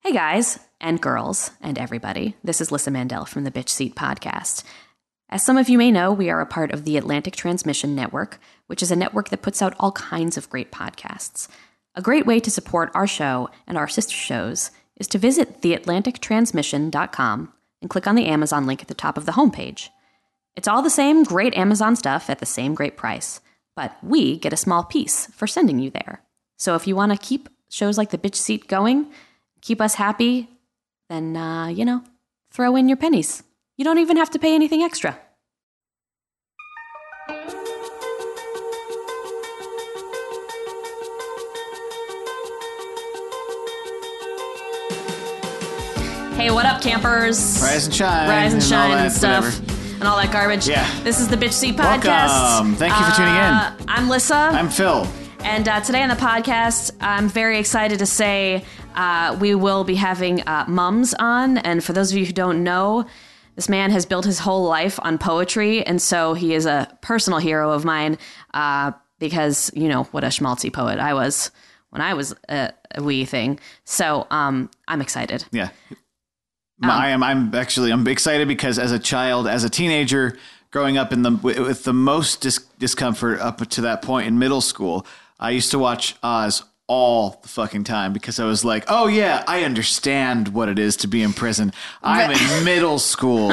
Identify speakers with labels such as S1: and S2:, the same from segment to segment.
S1: Hey guys and girls and everybody. This is Lissa Mandel from the Bitch Seat Podcast. As some of you may know, we are a part of the Atlantic Transmission Network, which is a network that puts out all kinds of great podcasts. A great way to support our show and our sister shows is to visit theatlantictransmission.com and click on the Amazon link at the top of the homepage. It's all the same great Amazon stuff at the same great price, but we get a small piece for sending you there. So if you want to keep shows like The Bitch Seat going, keep us happy, then, uh, you know, throw in your pennies. You don't even have to pay anything extra. Hey, what up, campers?
S2: Rise and shine
S1: Rise and
S2: and all
S1: shine and
S2: that,
S1: stuff.
S2: whatever.
S1: And all that garbage.
S2: Yeah.
S1: This is the Bitch Seat Podcast.
S2: Welcome. Thank you for tuning in.
S1: Uh, I'm Lissa.
S2: I'm Phil.
S1: And uh, today on the podcast, I'm very excited to say uh, we will be having uh, Mums on. And for those of you who don't know, this man has built his whole life on poetry. And so he is a personal hero of mine uh, because, you know, what a schmaltzy poet I was when I was a, a wee thing. So um, I'm excited.
S2: Yeah. I am. I'm actually. I'm excited because as a child, as a teenager, growing up in the wi- with the most dis- discomfort up to that point in middle school, I used to watch Oz all the fucking time because I was like, oh yeah, I understand what it is to be in prison. I'm in middle school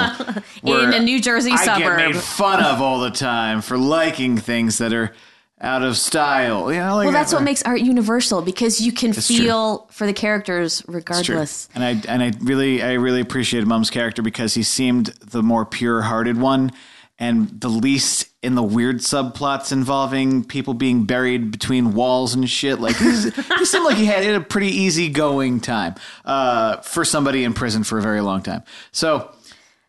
S2: where
S1: a New Jersey
S2: I
S1: suburb.
S2: get made fun of all the time for liking things that are out of style. You know, like
S1: Well, that's what
S2: makes.
S1: makes art universal because you can
S2: true.
S1: feel for the characters
S2: Sure.
S1: regardless.
S2: And I and I really I really appreciated Mum's character because he seemed the more pure-hearted one and the least in the weird subplots involving people being buried between walls and shit. Like he's, he seemed like he had a pretty easygoing time uh, for somebody in prison for a very long time. So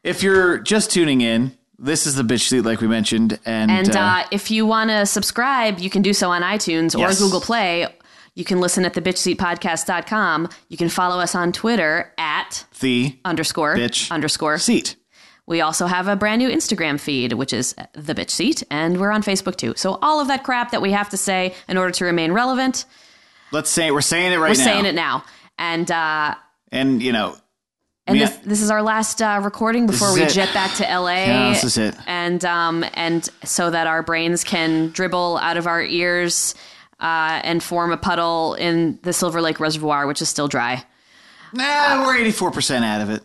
S2: if you're just tuning in, this is the bitch seat, like we mentioned, and,
S1: And uh, if you want to subscribe, you can do so on iTunes
S2: Yes.
S1: or Google Play. You can listen at thebitchseatpodcast.com. You can follow us on Twitter at
S2: the
S1: underscore
S2: Bitch.
S1: underscore.
S2: seat.
S1: We also have a brand new Instagram feed, which is the bitch seat, and we're on Facebook too. So all of that crap that we have to say in order to remain relevant,
S2: Let's say it. We're saying it right
S1: we're
S2: now.
S1: saying it now. And uh,
S2: And you know,
S1: and
S2: Yeah.
S1: this, this is our last uh, recording before
S2: is
S1: we
S2: it.
S1: jet back to LA.
S2: Yeah, this is it.
S1: And um, and so that our brains can dribble out of our ears uh, and form a puddle in the Silver Lake Reservoir, which is still dry.
S2: nah, we're 84% out of it.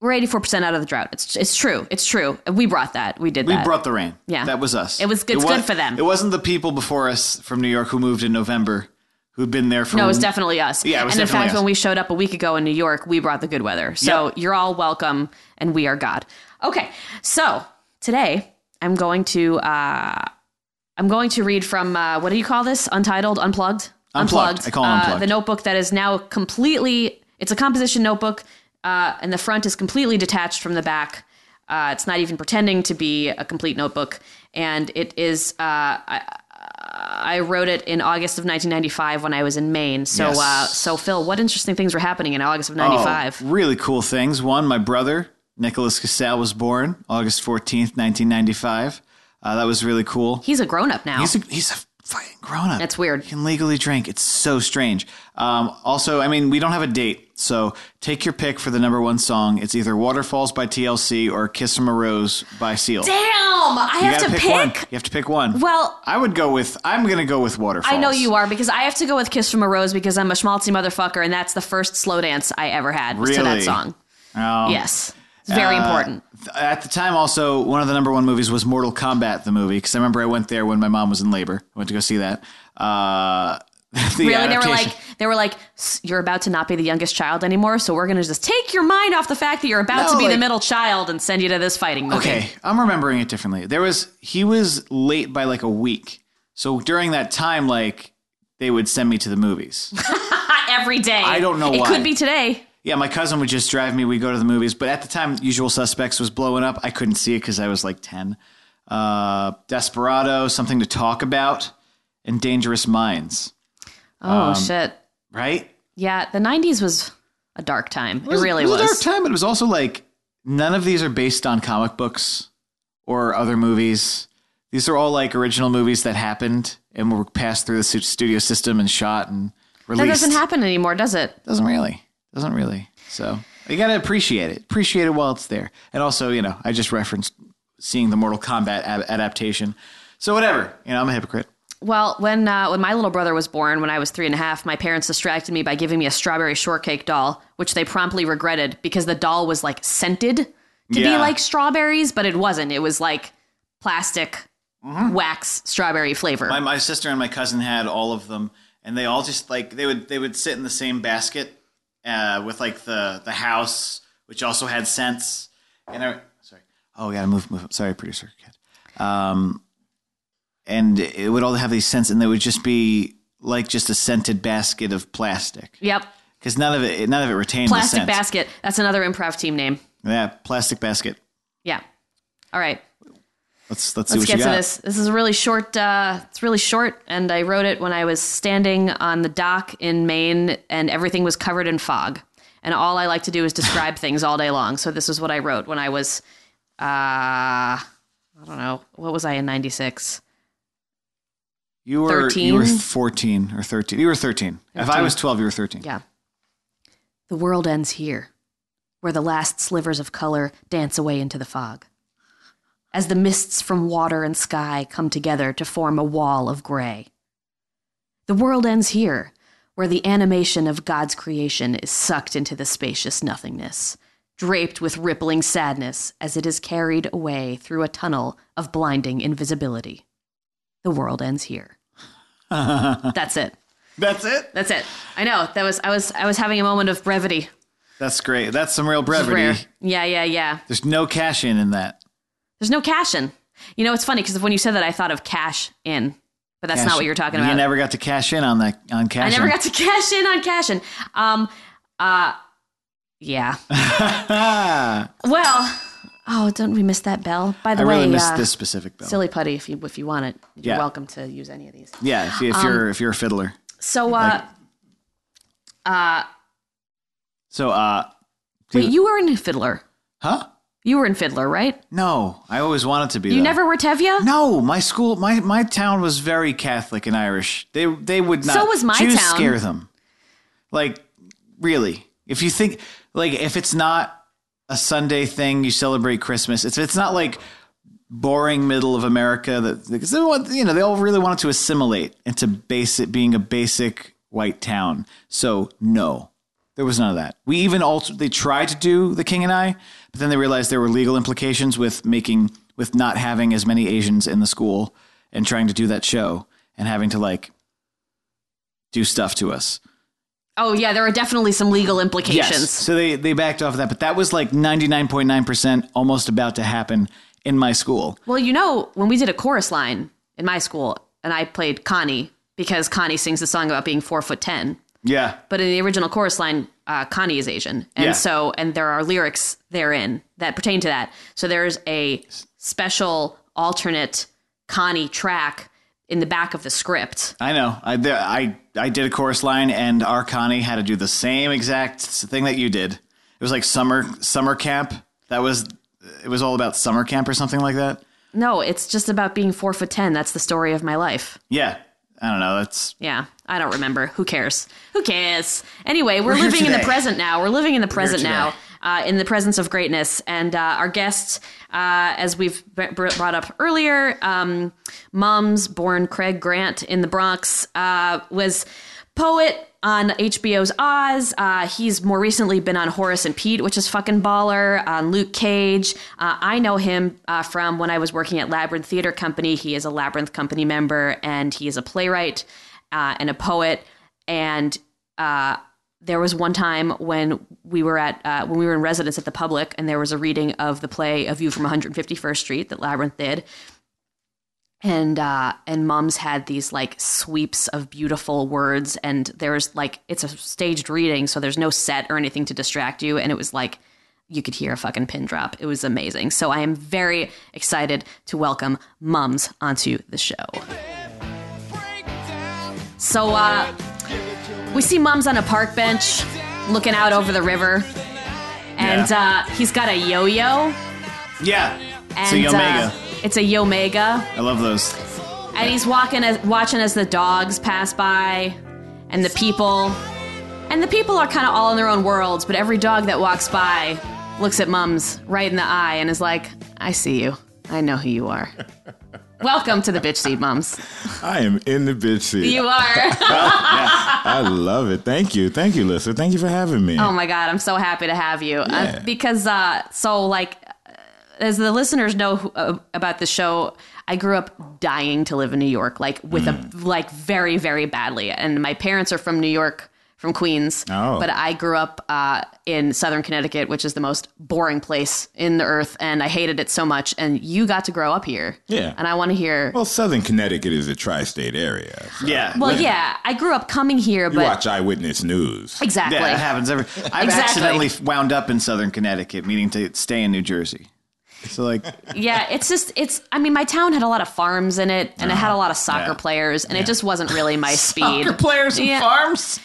S1: We're eighty four percent out of the drought. It's it's true. It's true. We brought that. We did
S2: We
S1: that.
S2: brought the rain.
S1: Yeah.
S2: that was us.
S1: It was- it's
S2: wa-
S1: good for them.
S2: It wasn't the people before us from New York who moved in November, who'd been there for.
S1: no, it was definitely us.
S2: Yeah, it was
S1: and in
S2: definitely
S1: fact,
S2: us.
S1: when we showed up a week ago in New York, we brought the good weather. So
S2: Yep.
S1: you're all welcome, and we are God. Okay, so today I'm going to uh, I'm going to read from uh, what do you call this? Untitled, unplugged,
S2: Unplugged. I call it
S1: Uh,
S2: Unplugged.
S1: the notebook that is now completely. It's a composition notebook, uh, and the front is completely detached from the back. Uh, it's not even pretending to be a complete notebook, and it is. Uh, I, I wrote it in August of 1995 when I was in Maine. So,
S2: Yes.
S1: uh, so Phil, what interesting things were happening in August of
S2: Oh,
S1: '95?
S2: really cool things. One, my brother Nicholas Cassell was born August fourteenth, nineteen ninety-five. Uh, that was really cool.
S1: He's a grown up now.
S2: He's a, he's a fucking grown up.
S1: That's weird.
S2: He can legally drink. It's so strange. Um, also, I mean, we don't have a date, so take your pick for the number one song. It's either Waterfalls by TLC or Kiss from a Rose by Seal.
S1: Damn, I
S2: You
S1: have to
S2: gotta
S1: pick.
S2: one. You have to pick one.
S1: Well-
S2: I would go with. I'm gonna go with waterfalls.
S1: I know you are because I have to go with "Kiss from a Rose" because I'm a schmaltzy motherfucker, and that's the first slow dance I ever had was to that
S2: Really? uh,
S1: song. yes, it's very important.
S2: Th- At the time, also one of the number one movies was Mortal Kombat, the movie, because I remember I went there when my mom was in labor. I went to go see that. Uh, the
S1: Really, they were
S2: adaptation-
S1: like, they were like, "S- you're about to not be the youngest child anymore, so we're gonna just take your mind off the fact that you're about
S2: No,
S1: to be the
S2: like-
S1: middle child and send you to this fighting movie.
S2: Okay, I'm remembering it differently. There was he was late by like a week, so during that time, like they would send me to the movies.
S1: Every day.
S2: I don't know
S1: It
S2: why.
S1: could be today.
S2: yeah, my cousin would just drive me. We would go to the movies, but at the time, Usual Suspects was blowing up. I couldn't see it because I was like ten. Uh, Desperado, something to talk about, and Dangerous Minds. Um,
S1: Oh shit.
S2: Right?
S1: Yeah, the '90s was a dark time. It, really
S2: It
S1: was.
S2: was a dark time. but It was also like none of these are based on comic books or other movies. These are all like original movies that happened and were passed through the stu- studio system and shot and
S1: That
S2: released.
S1: doesn't happen anymore, does it?
S2: Doesn't really. Doesn't really. So you gotta appreciate it. Appreciate it while it's there. And also, you know, I just referenced seeing the Mortal Kombat ad- adaptation. So whatever. You know, I'm a hypocrite.
S1: Well, when uh, when my little brother was born, when I was three and a half, my parents distracted me by giving me a strawberry shortcake doll, which they promptly regretted because the doll was like scented to be
S2: Yeah.
S1: like strawberries, but it wasn't. It was like plastic wax strawberry flavor.
S2: Mm-hmm. My, my sister and my cousin had all of them, and they all just like they would they would sit in the same basket uh, with like the the house, which also had scents. And I sorry, oh, we gotta move move. Sorry, producer kid. Um, and it would all have these scents, and they would just be like just a scented basket of plastic
S1: yep,
S2: because none of it none of it retained
S1: plastic
S2: the scent.
S1: basket. That's another improv team name.
S2: yeah, plastic basket.
S1: Yeah. All right.
S2: Let's let's, see
S1: Let's
S2: what
S1: get
S2: you
S1: to
S2: got.
S1: this. This is a really short. Uh, it's really short, and I wrote it when I was standing on the dock in Maine, and everything was covered in fog. And all I like to do is describe things all day long. So this is what I wrote when I was, uh, I don't know, what was I in '96?
S2: You were you were
S1: 13?
S2: fourteen or thirteen. You were thirteen. If I was twelve, you were thirteen.
S1: Yeah. The world ends here, where the last slivers of color dance away into the fog. As the mists from water and sky come together to form a wall of gray. The world ends here, where the animation of God's creation is sucked into the spacious nothingness, draped with rippling sadness as it is carried away through a tunnel of blinding invisibility. The world ends here. That's it.
S2: That's it.
S1: That's it. I know that was I was I was having a moment of brevity.
S2: That's great. That's some real
S1: It's Rare.
S2: brevity.
S1: Yeah, yeah, yeah.
S2: There's no cash in in that.
S1: There's no cash in. You know, it's funny because when you said that, I thought of cash in, but that's not
S2: Cash-
S1: what you're talking about.
S2: You never got to cash in on that on
S1: I
S2: cash.
S1: never
S2: in.
S1: got to cash in on cash in. Um, uh, yeah.
S2: Ah,
S1: well, oh, don't we miss that bell? By the
S2: I
S1: way,
S2: really missed
S1: uh,
S2: this specific bell.
S1: silly putty. If you if you want it, you're
S2: Yeah.
S1: welcome to use any of these.
S2: Yeah, if, if
S1: um,
S2: you're if you're a fiddler.
S1: So, uh, uh,
S2: So, uh, do
S1: wait, you were in Fiddler.
S2: huh?
S1: You were in Fiddler, right?
S2: No, I always wanted to be.
S1: You
S2: though.
S1: never were Tevya.
S2: No, my school, my my town was very Catholic and Irish. They they would not.
S1: So was my
S2: Jews
S1: town.
S2: Scare them, like really. If you think like if it's not a Sunday thing, you celebrate Christmas. If it's not like boring middle of America that because they want you know they all really wanted to assimilate into basic being a basic white town. So no. There was none of that. We even also they tried to do the King and I, but then they realized there were legal implications with making with not having as many Asians in the school and trying to do that show and having to like do stuff to us.
S1: Oh yeah, there are definitely some legal implications.
S2: So they they backed off of that, but that was like 99.9% almost about to happen in my school.
S1: Well, you know, when we did a chorus line in my school, and I played Connie because Connie sings the song about being four foot ten.
S2: Yeah.
S1: But in the original chorus line, uh, Connie is Asian, and
S2: Yeah.
S1: so and there are lyrics therein that pertain to that. So there's a special alternate Connie track in the back of the script.
S2: I know. I there- I I did a chorus line, and our Connie had to do the same exact thing that you did. It was like summer summer camp. That was it was all about summer camp or something like that.
S1: No, it's just about being four foot ten. That's the story of my life.
S2: Yeah, I don't know. That's
S1: Yeah, I don't remember. Who cares? Who cares? Anyway, we're,
S2: here
S1: living in the
S2: today.
S1: present now. We're living in the present
S2: today.
S1: now, uh, in the presence of greatness. And uh, our guest, uh, as we've b- br- brought up earlier, um, Mums, born Craig Grant in the Bronx, uh, was poet on HBO's Oz. Uh, he's more recently been on Horace and Pete, which is fucking baller, on Luke Cage. Uh, I know him uh, from when I was working at Labyrinth Theater Company. He is a Labyrinth Company member, and he is a playwright uh, and a poet. And uh, there was one time when we were at uh, when we were in residence at the public, and there was a reading of the play A View from 151st Street that Labyrinth did, and uh, and mums had these like sweeps of beautiful words, and there's like it's a staged reading, so there's no set or anything to distract you, and it was like you could hear a fucking pin drop. It was amazing. So I am very excited to welcome mums onto the show. So uh, we see Mums on a park bench looking out over the river. And uh, he's got a yo yo.
S2: yeah.
S1: And
S2: so Yomega,
S1: Uh, it's a Yomega.
S2: I love those.
S1: And he's walking as, watching as the dogs pass by and the people. And the people are kind of all in their own worlds, but every dog that walks by looks at Mums right in the eye and is like, I see you. I know who you are. Welcome to the bitch seat, Mums.
S3: I am in the bitch seat.
S1: You are.
S3: I love it. Thank you. Thank you, Lisa. Thank you for having me.
S1: Oh my God, I'm so happy to have you.
S3: Yeah.
S1: Uh, because, uh, so like, uh, as the listeners know who, uh, about the show, I grew up dying to live in New York, like with
S3: Mm.
S1: a like very very badly. And my parents are from New York, from Queens,
S3: Oh.
S1: but I grew up uh, in Southern Connecticut, which is the most boring place in the earth, and I hated it so much. And you got to grow up here,
S3: Yeah.
S1: And I want to hear. Well,
S3: Well, Southern Connecticut is a tri-state area. So
S2: Yeah.
S1: yeah, I grew up coming here,
S3: You
S1: but
S3: watch Eyewitness News.
S1: exactly.
S2: Yeah, it happens every. I've
S1: Exactly.
S2: accidentally wound up in Southern Connecticut, meaning to stay in New Jersey. So like,
S1: yeah, it's just it's. I mean, my town had a lot of farms in it, and it had a lot of soccer
S2: Oh, yeah.
S1: players, and it just wasn't really my speed.
S2: soccer players and
S1: Yeah.
S2: farms.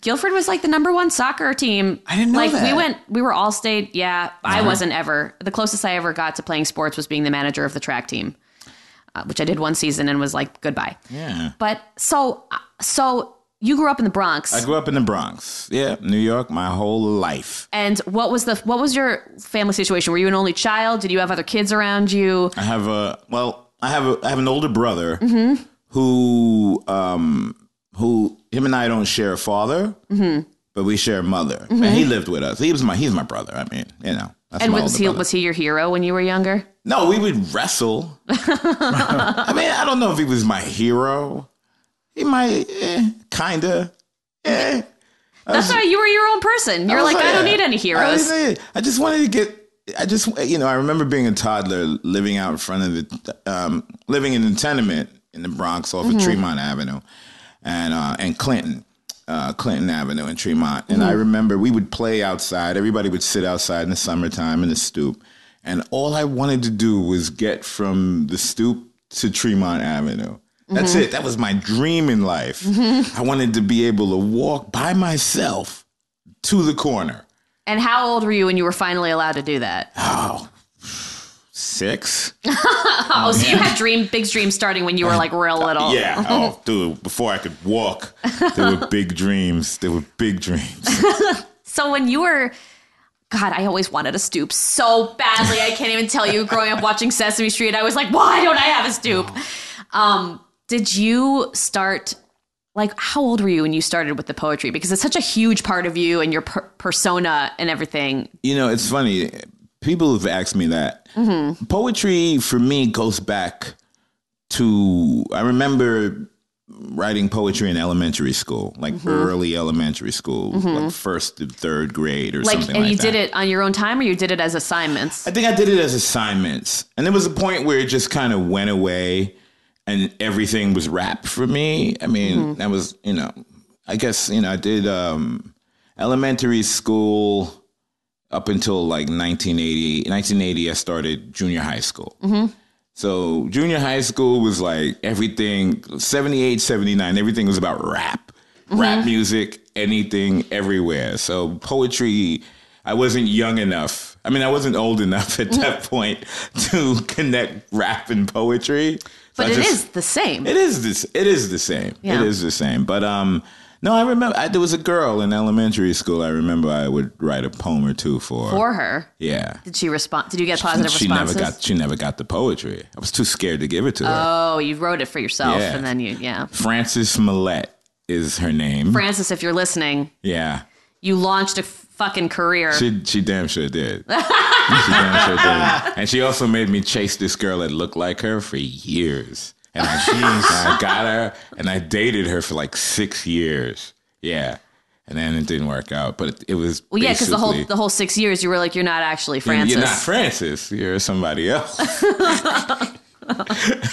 S1: Guilford was like the number one soccer team.
S2: I didn't know
S1: like we
S2: that. Uh-huh.
S1: went. We were all state. Yeah, I wasn't ever. The closest I ever got to playing sports was being the manager of the track team, uh, which I did one season and was like goodbye.
S3: Yeah.
S1: But so uh, so you grew up in the Bronx,
S3: I grew up in the Bronx. Yeah, New York my whole life.
S1: and what was the what was your family situation? Were you an only child? Did you have other kids around you?
S3: I have a well, I have a I have an older brother
S1: Mm-hmm.
S3: who um who him and I don't share a father,
S1: Mm-hmm.
S3: but we share a mother. And he lived with us. He was my he's my brother. I mean, you know. That's
S1: And
S3: my
S1: was
S3: older
S1: he
S3: brother.
S1: was he your hero when you were younger?
S3: No, we would wrestle. I mean, I don't know if he was my hero. He might, eh, kinda. Eh.
S1: That's why you were your own person. You're like, I don't need any
S3: I,
S1: heroes.
S3: don't need- I just wanted to get. I just, you know, I remember being a toddler living out in front of the, um, living in a tenement in the Bronx off
S1: Mm-hmm.
S3: of Tremont Avenue, and uh, and Clinton, uh, Clinton Avenue in Tremont. And
S1: Mm-hmm.
S3: I remember we would play outside. Everybody would sit outside in the summertime in the stoop, and all I wanted to do was get from the stoop to Tremont Avenue. That's
S1: Mm-hmm.
S3: it. That was my dream in life. I wanted to be able to walk by myself to the corner.
S1: And how old were you when you were finally allowed to do that?
S3: Oh, six?
S1: Oh, so you had dream big dreams starting when you were like real little.
S3: Yeah. Oh, dude, before I could walk, there were big dreams. There were big dreams.
S1: So when you were God, I always wanted a stoop so badly. I can't even tell you. Growing up watching Sesame Street, I was like, why don't I have a stoop? Um, did you start like how old were you when you started with the poetry? Because it's such a huge part of you and your per- persona and everything.
S3: You know, it's funny. People have asked me that. Mm-hmm. Poetry for me goes back to, I remember writing poetry in elementary school, like early elementary school, like first to third grade or
S1: Like,
S3: something
S1: and
S3: Mm-hmm. like
S1: you
S3: that.
S1: did it on your own time, or you did it as assignments.
S3: I think I did it as assignments. And there was a point where it just kind of went away and everything was rap for me. I mean, that was, you know, I guess, you know, I did um, elementary school up until like 1980. 1980, I started junior high school.
S1: Mm-hmm.
S3: So junior high school was like everything 78, 79, everything was about rap,
S1: Mm-hmm.
S3: rap music, anything, everywhere. So poetry, I wasn't young enough. I mean, I wasn't old enough at
S1: Mm-hmm.
S3: that point to connect rap and poetry. So
S1: but
S3: I
S1: it is
S3: just-
S1: the same.
S3: it is this. It is the same.
S1: Yeah.
S3: It is the same. But um, no, I remember I, there was a girl in elementary school. I remember I would write a poem or two for.
S1: for her.
S3: Yeah.
S1: Did she respond? Did you get positive
S3: she
S1: responses?
S3: never got. She never got the poetry. I was too scared to give it to her.
S1: oh, you wrote it for yourself,
S3: Yeah.
S1: and then you, yeah.
S3: Frances Millette is her name.
S1: Francis, if you're listening,
S3: yeah.
S1: you launched a fucking career.
S3: She she damn sure did. she damn sure did. And she also made me chase this girl that looked like her for years. And I, and I got her and I dated her for like six years. Yeah. And then it didn't work out. But it, it was
S1: well, yeah, because the whole
S3: basically-
S1: the whole six years, you were like, you're not actually Francis.
S3: You're not Francis. You're somebody else.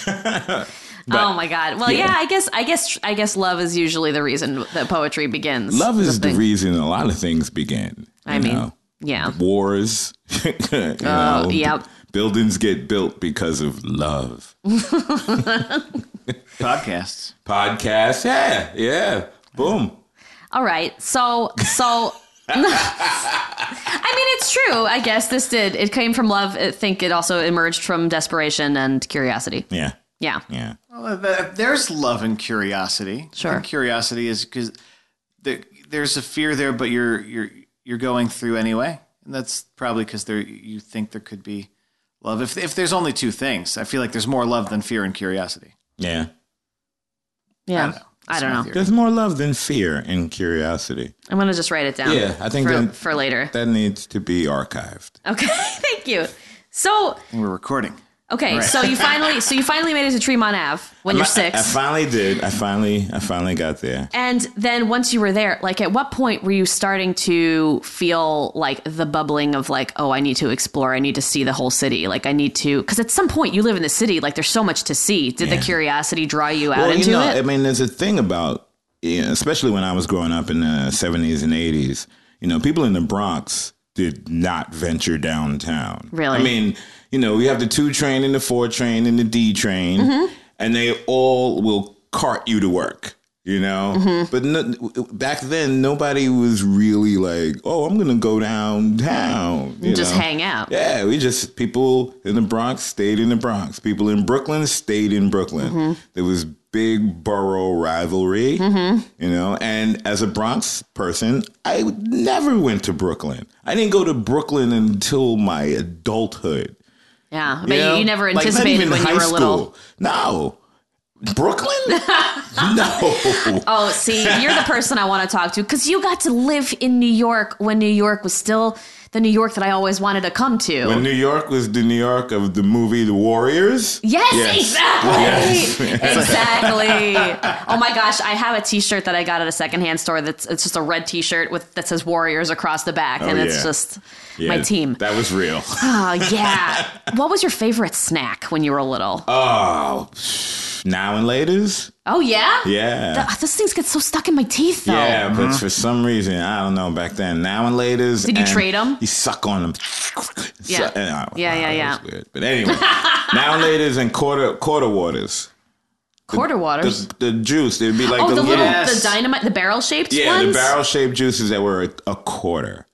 S1: oh my god. Well, yeah. I guess I guess I guess love is usually the reason that poetry begins.
S3: Love is the
S1: thing.
S3: reason a lot of things begin.
S1: I
S3: you
S1: mean,
S3: know?
S1: yeah.
S3: wars. you know,
S1: yep.
S3: Buildings get built because of love.
S2: Podcasts.
S3: Podcasts. Yeah. Yeah. Boom.
S1: All right. So so. I mean, it's true. I guess this did. It came from love. I think it also emerged from desperation and curiosity.
S3: Yeah.
S1: Yeah.
S3: Yeah.
S2: Well, th- there's love and curiosity. I
S1: Sure.
S2: think curiosity is because the there's a fear there, but you're you're you're going through anyway, and that's probably because there you think there could be love. If if there's only two things, I feel like there's more love than fear and curiosity.
S3: Yeah.
S2: I don't
S1: Yeah.
S2: know.
S1: I
S2: That's
S1: don't
S2: my
S1: know.
S2: theory.
S3: There's more love than fear and curiosity.
S1: I'm gonna just write it down.
S3: Yeah, I think
S1: for,
S3: that-
S1: for later.
S3: That needs to be archived.
S1: Okay, thank you. So
S2: I think we're recording.
S1: okay, so you finally so you finally made it to Tremont Ave when you're six.
S3: I, I finally did. I finally I finally got there.
S1: And then once you were there, like at what point were you starting to feel like the bubbling of like, oh, I need to explore, I need to see the whole city, like I need to, because at some point you live in the city, like there's so much to see. Did the curiosity draw you out
S3: Well,
S1: into
S3: you know,
S1: it?
S3: I mean, there's a thing about, you know, especially when I was growing up in the 70s and 80s, you know, people in the Bronx did not venture downtown.
S1: Really?
S3: I mean, you know, we have the two train and the four train and the D train,
S1: Mm-hmm.
S3: and they all will cart you to work. You know,
S1: Mm-hmm.
S3: but no, back then nobody was really like, "Oh, I'm gonna go downtown." You
S1: just
S3: know?
S1: hang out.
S3: Yeah, we just people in the Bronx stayed in the Bronx. People in Brooklyn stayed in Brooklyn.
S1: Mm-hmm.
S3: There was big borough rivalry,
S1: Mm-hmm.
S3: you know. And as a Bronx person, I never went to Brooklyn. I didn't go to Brooklyn until my adulthood.
S1: Yeah, but
S3: you
S1: you,
S3: know?
S1: you never
S3: Like, not
S1: anticipated
S3: even
S1: when
S3: high
S1: you were little.
S3: school. No, Brooklyn. no.
S1: Oh, see, you're the person I want to talk to because you got to live in New York when New York was still the New York that I always wanted to come to.
S3: When New York was the New York of the movie The Warriors.
S1: Yes,
S3: Yes.
S1: exactly. Exactly. oh my gosh, I have a T-shirt that I got at a secondhand store. That's it's just a red T-shirt with that says Warriors across the back, and it's
S3: Oh, yeah.
S1: just
S3: Yeah,
S1: my team.
S3: That was real.
S1: Oh yeah. what was your favorite snack when you were little?
S3: Oh, now and later's?
S1: oh yeah.
S3: Yeah.
S1: Th- those things get so stuck in my teeth though.
S3: yeah, but for some reason, I don't know back then. Now and later's.
S1: Did you
S3: and
S1: trade 'em?
S3: You suck on them.
S1: Yeah. Yeah, yeah, yeah.
S3: But anyway, now and later's and quarter quarter waters.
S1: Quarter waters.
S3: The, the juice, it'd be like
S1: oh, the, little
S2: Yes.
S1: the dynamite, the barrel shaped
S3: yeah,
S1: ones.
S3: the barrel shaped juices that were a, a quarter.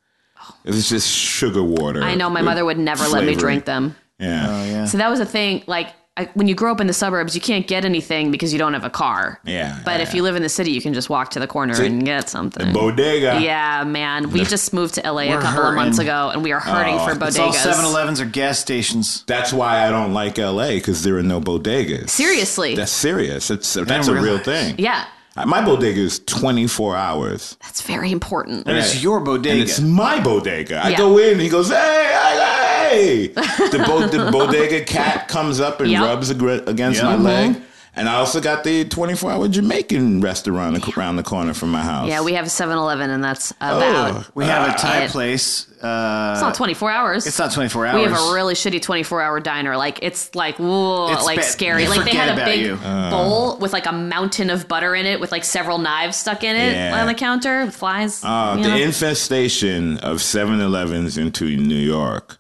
S3: It was just sugar water.
S1: I know my mother would never let me
S3: Flavoring.
S1: drink them.
S3: Yeah.
S1: So that was a thing. Like I, when you grow up in the suburbs, you can't get anything because you don't have a car.
S3: Yeah,
S1: But
S3: yeah,
S1: if you live in the city, you can just walk to the corner and get something.
S3: Bodega.
S1: yeah, man. We just moved to LA a
S2: We're
S1: couple of months
S2: hurting.
S1: ago, and we are hurting for
S2: It's all
S1: bodegas.
S2: 7-Elevens or gas stations.
S3: That's why I don't like LA because there are no bodegas.
S1: Seriously.
S3: That's serious. That's, that's a
S2: didn't
S3: real
S2: realize.
S3: thing.
S1: yeah,
S3: My bodega is 24 hours.
S1: that's very important.
S2: And it's your bodega.
S3: And it's my bodega. I
S1: Yeah.
S3: go in, he goes, hey, hey, hey. The, bo- the bodega cat comes up and
S1: Yep.
S3: rubs agre- against my
S1: Mm-hmm.
S2: Mhm.
S3: leg. And I also got the 24 hour Jamaican restaurant ac- around the corner from my house.
S1: Yeah, we have a 7 Eleven, and that's about.
S3: Ugh.
S2: we have a Thai
S1: it-
S2: place. Uh,
S1: It's not 24 hours.
S2: it's not 24 hours.
S1: We have a really shitty 24 hour diner. Like, it's like, whoa,
S2: It's
S1: like
S2: bad.
S1: scary.
S2: They
S1: Like, they
S2: forget
S1: had a
S2: about
S1: big
S2: you.
S1: bowl with like a mountain of butter in it with like several knives stuck in it
S3: Yeah.
S1: on the counter with flies.
S3: Uh,
S1: you
S3: the
S1: know?
S3: infestation of 7 Elevens into New York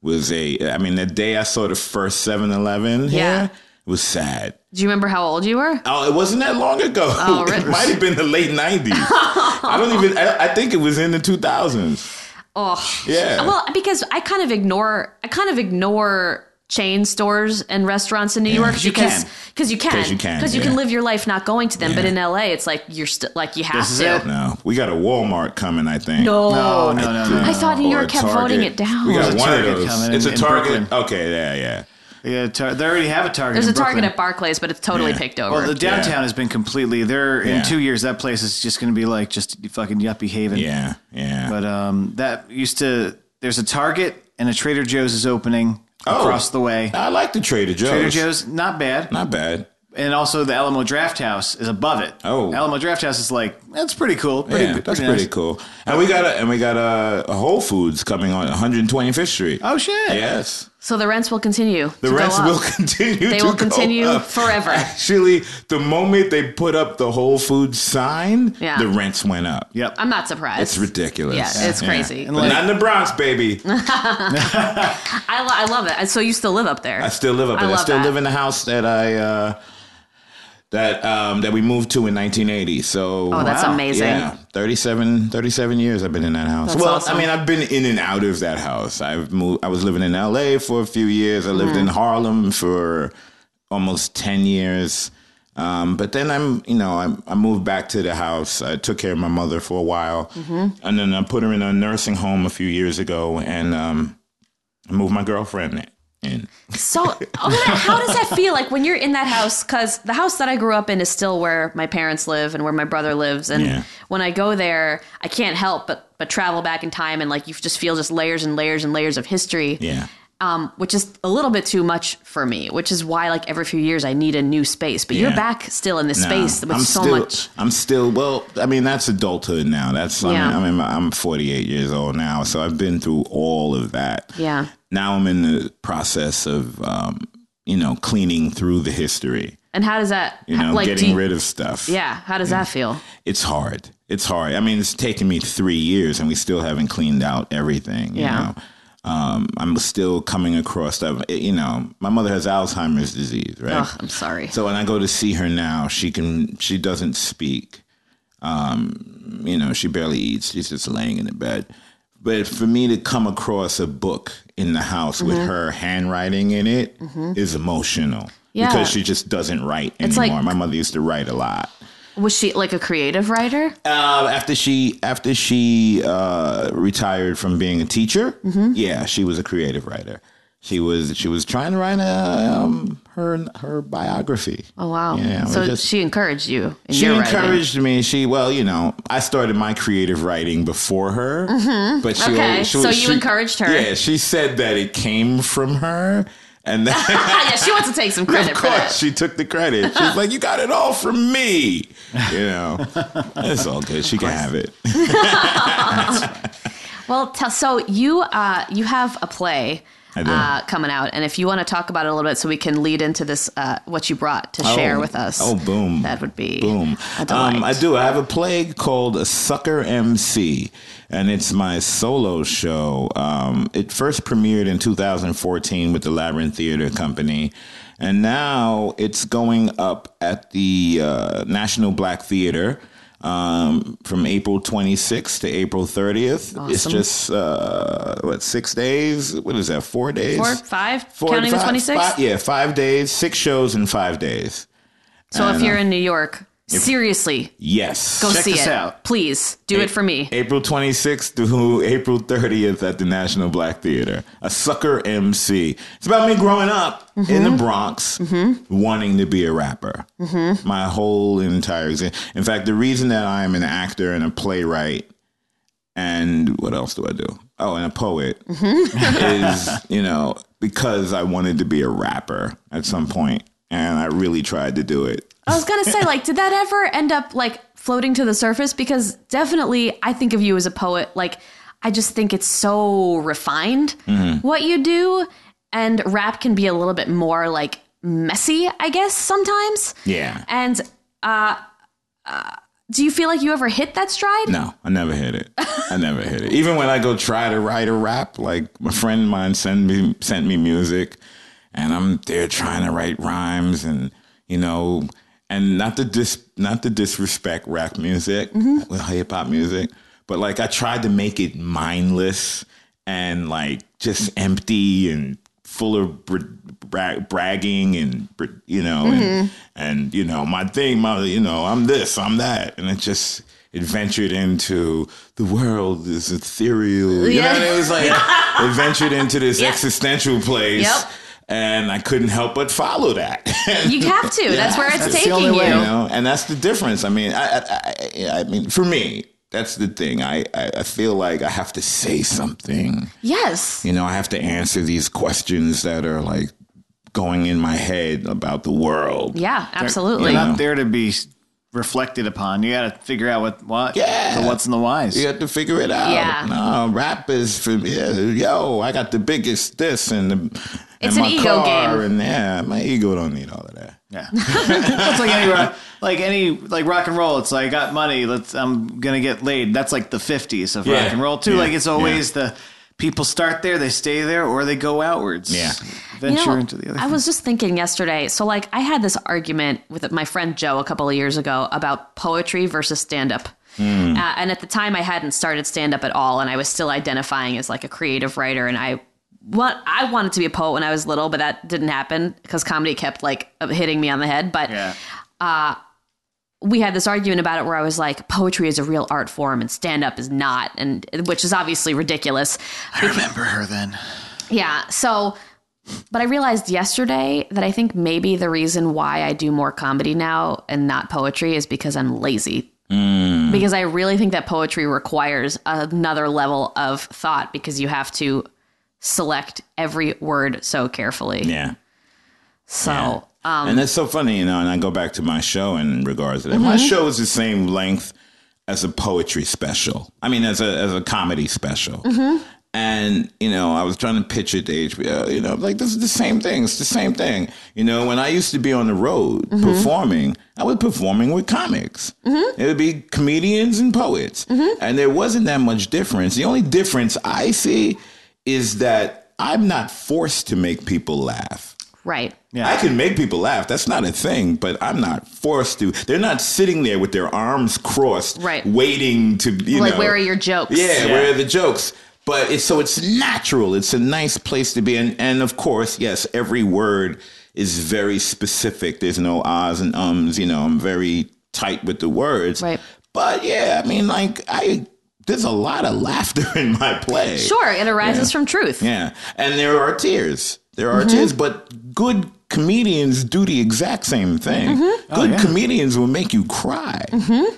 S3: was a, I mean, the day I saw the first 7 Eleven here
S1: Yeah.
S3: it was sad.
S1: Do you remember how old you were?
S3: Oh, it wasn't that long ago.
S1: Oh, really?
S3: it might have been the late 90s. I don't even, I, I think it was in the 2000s.
S1: Oh,
S3: Yeah.
S1: Well, because I kind of ignore I kind of ignore chain stores and restaurants in New York
S2: you
S1: because
S2: can.
S1: because you can
S3: 'Cause you can,
S1: because you
S3: yeah.
S1: can live your life not going to them. But in LA, it's like you're still like you have
S2: is
S1: to.
S2: it.
S3: no, we got a Walmart coming, I think.
S1: No.
S2: no, no, no, no.
S1: I thought New
S3: Or
S1: York
S3: a
S1: kept
S3: Target.
S1: voting it down.
S3: We got
S2: There's a
S3: one of
S2: Target
S3: those.
S2: coming
S3: It's
S2: in-
S3: a
S2: in
S3: Target.
S2: Brooklyn.
S3: Okay, yeah, yeah.
S2: Yeah, tar- they already have a Target.
S1: There's a
S2: in Brooklyn.
S1: Target at Barclays, but it's totally
S3: Yeah.
S1: picked over.
S2: Well, the downtown
S3: Yeah.
S2: has been completely there. In
S3: Yeah.
S2: two years, that place is just going to be like just fucking yuppie haven.
S3: Yeah, yeah.
S2: But um, that used to. There's a Target and a Trader Joe's is opening
S3: Oh.
S2: across the way.
S3: I like the Trader Joe's.
S2: Trader Joe's, not bad.
S3: Not bad.
S2: And also the Alamo Draft House is above it.
S3: Oh.
S2: Alamo Draft House is like that's pretty cool. Pretty,
S3: Yeah, that's
S2: pretty nice.
S3: pretty cool. And we got a and we got a, a Whole Foods coming on 125th Street.
S2: Oh shit!
S3: Yes,
S1: so the rents will continue.
S3: the
S1: to
S3: rents
S1: go up.
S3: will continue.
S1: They
S3: to
S1: will
S3: go
S1: continue
S3: up.
S1: forever.
S3: Actually, the moment they put up the Whole Foods sign,
S1: Yeah.
S3: the rents went up.
S2: Yep.
S1: I'm not surprised.
S3: It's ridiculous.
S1: Yeah, it's crazy.
S3: But not in the Bronx, baby.
S1: I, lo- I love it. And So you still live up there? Oh,
S3: I still live up there. I,
S1: love
S3: still
S1: that.
S3: live in the house that I uh, that um, that we moved to in 1980. So
S1: Oh, that's
S2: Wow.
S1: amazing.
S3: Yeah, 37, 37 years I've been in that house.
S1: That's
S3: well,
S1: awesome.
S3: I mean, I've been in and out of that house. I've moved. I was living in
S1: Mm-hmm.
S3: L.A. for a few years. I lived in Harlem for almost ten years. Um, but then I'm, you know, I, I moved back to the house. I took care of my mother for a while,
S1: Mm-hmm.
S3: and then I put her in a nursing home a few years ago, and um, I moved my girlfriend in.
S1: So, oh, that- how does that feel like when you're in that house? Because the house that I grew up in is still where my parents live and where my brother lives. And
S3: Yeah.
S1: when I go there, I can't help but but travel back in time and like you just feel just layers and layers and layers of history.
S3: Yeah.
S1: Um, which is a little bit too much for me, which is why like every few years I need a new space. But you're
S3: Yeah.
S1: back still in this
S3: No,
S1: space with
S3: I'm
S1: so
S3: still,
S1: much.
S3: I'm still well. I mean, that's adulthood now. That's I mean,
S1: Yeah.
S3: I mean, I'm 48 years old now, so I've been through all of that.
S1: Yeah.
S3: Now I'm in the process of, um, you know, cleaning through the history.
S1: And how does that
S3: You know,
S1: like do
S3: getting
S1: you-
S3: rid of stuff.
S1: Yeah, how does that feel?
S3: it's hard. It's hard. I mean, it's taken me three years, and we still haven't cleaned out everything. You
S1: Yeah.
S3: Know? Um, I'm still coming across stuff. It- you know, my mother has Alzheimer's disease, right?
S1: Ugh, I'm sorry.
S3: So when I go to see her now, she can she doesn't speak. Um, you know, she barely eats. She's just laying in the bed. But for me to come across a book in the house with
S1: Mm-hmm.
S3: her handwriting in it is emotional
S1: Yeah.
S3: because she just doesn't write anymore.
S1: like-
S3: my mother used to write a lot.
S1: Was she like a creative writer?
S3: Uh, after she after she uh, retired from being a teacher,
S1: Mm-hmm.
S3: yeah, she was a creative writer. She was she was trying to write a, um, her her biography.
S1: Oh wow.
S3: Yeah, it was
S1: so
S3: just-
S1: she encouraged you in
S3: She
S1: your writing.
S3: encouraged me. She well, you know, I started my creative writing before her, but she,
S1: Mm-hmm. Okay,
S3: she
S1: so you
S3: she-
S1: encouraged her.
S3: Yeah, she said that it came from her, and then.
S1: Ah, yeah, she wants to take some credit
S3: Of
S1: for that.
S3: course, she took the credit. She's like, "You got it all from me." You know, it's all good. She can have it.
S1: Well, tell, so you uh, you have a play
S3: I do.
S1: uh, coming out, and if you want to talk about it a little bit, so we can lead into this uh, what you brought to share
S3: Oh,
S1: with us.
S3: Oh, boom.
S1: that would be
S3: boom.
S1: a delight.
S3: Um, I do. I have a play called A Sucker MC, and it's my solo show. Um, it first premiered in 2014 with the Labyrinth Theater Company, and now it's going up at the uh, National Black Theater. Um, from April 26th to April 30th. It's
S1: Awesome.
S3: just, uh, what, six days? What is that, four days?
S1: Four, five,
S3: Four to
S1: counting the
S3: five-
S1: 26?
S3: five- yeah, five days, six shows in five days.
S1: so if you're in New York, seriously,
S3: Yes.
S1: go
S2: check
S1: see
S2: this
S1: it.
S2: out.
S1: Please do it for me.
S3: April 26th to April 30th at the National Black Theater. A sucker MC. It's about me growing up in the Bronx wanting to be a rapper. My whole entire existence. In fact, the reason that I'm an actor and a playwright and what else do I do? Oh, and a poet is, you know, because I wanted to be a rapper at some point and I really tried to do it.
S1: I was gonna say, like, did that ever end up like floating to the surface? Because definitely, I think of you as a poet. Like, I just think it's so refined
S2: Mm-hmm.
S1: what you do, and rap can be a little bit more like messy, I guess, sometimes.
S3: Yeah.
S1: And uh, uh, do you feel like you ever hit that stride?
S3: No, I never hit it. I never hit it. Even when I go try to write a rap, like my friend of mine sent me sent me music, and I'm there trying to write rhymes, and you know, and not to dis not to disrespect rap music with hip hop music, but like I tried to make it mindless and like just empty and full of bra- bra- bragging and br- you know and, and you know my thing my you know I'm this I'm that and it just it ventured into the world is ethereal you know what I mean? it was like it ventured into this existential place
S1: Yep.
S3: and I couldn't help but follow that
S1: You have to. That's where it's
S2: That's the only
S1: taking
S2: way,
S1: you.
S3: you know and that's the difference i mean i i, I, I mean for me that's the thing I, I i feel like i have to say something
S1: Yes.
S3: you know i have to answer these questions that are like going in my head about the world
S1: Yeah. Absolutely.
S2: You're not there to be s- reflected upon. You got to figure out what what
S3: Yeah.
S2: the what's and the whys.
S3: you have to figure it out.
S1: Yeah.
S3: No, rap is for me. yeah, Yo, I got the biggest this and the
S1: It's
S3: and
S1: an
S3: my
S1: ego
S3: car
S1: game.
S3: and yeah, my ego don't need all of that.
S2: Yeah, it's like any rock, like any like rock and roll. It's like I got money. Let's I'm gonna get laid. That's like the '50s of
S3: Yeah.
S2: rock and roll too.
S3: Yeah.
S2: Like it's always the people start there, they stay there, or they go outwards.
S3: Yeah.
S2: venture
S1: You know,
S2: into the other.
S1: I was just thinking yesterday. So, like, I had this argument with my friend Joe a couple of years ago about poetry versus stand up.
S2: Hmm.
S1: Uh, and at the time, I hadn't started stand up at all, and I was still identifying as like a creative writer. And I, what I wanted to be a poet when I was little, but that didn't happen because comedy kept like hitting uh, me on the head. But
S2: yeah.
S1: we had this argument about it where I was like, poetry is a real art form and stand up is not, and which is obviously ridiculous.
S2: I remember her then.
S1: Yeah. So, but I realized yesterday that I think maybe the reason why I do more comedy now and not poetry is because I'm lazy.
S3: Mm.
S1: Because I really think that poetry requires another level of thought because you have to select every word so carefully.
S3: Yeah.
S1: So, uh,
S3: and that's so funny, you know. And I go back to my show in regards to that. My show is the same length as a poetry special. I mean, as a as a comedy special. And you know, I was trying to pitch it to HBO. You know, like this is the same thing. It's the same thing. You know, when I used to be on the road performing, I was performing with comics. It would be comedians and poets, and there wasn't that much difference. The only difference I see is that I'm not forced to make people laugh.
S1: right.
S2: Yeah.
S3: I can make people laugh. That's not a thing, but I'm not forced to. They're not sitting there with their arms crossed,
S1: Right.
S3: waiting to you
S1: like,
S3: know.
S1: where are your jokes?
S3: Yeah, where are the jokes? But it's so it's natural. It's a nice place to be, and and of course, yes, every word is very specific. There's no ahs and ums. You know, I'm very tight with the words.
S1: Right.
S3: But yeah, I mean, like I, there's a lot of laughter in my play.
S1: Sure. It arises from truth.
S3: Yeah. And there are tears. There
S1: Mm-hmm.
S3: are tears, but good comedians do the exact same thing.
S1: Mm-hmm. Oh,
S3: Good comedians will make you cry,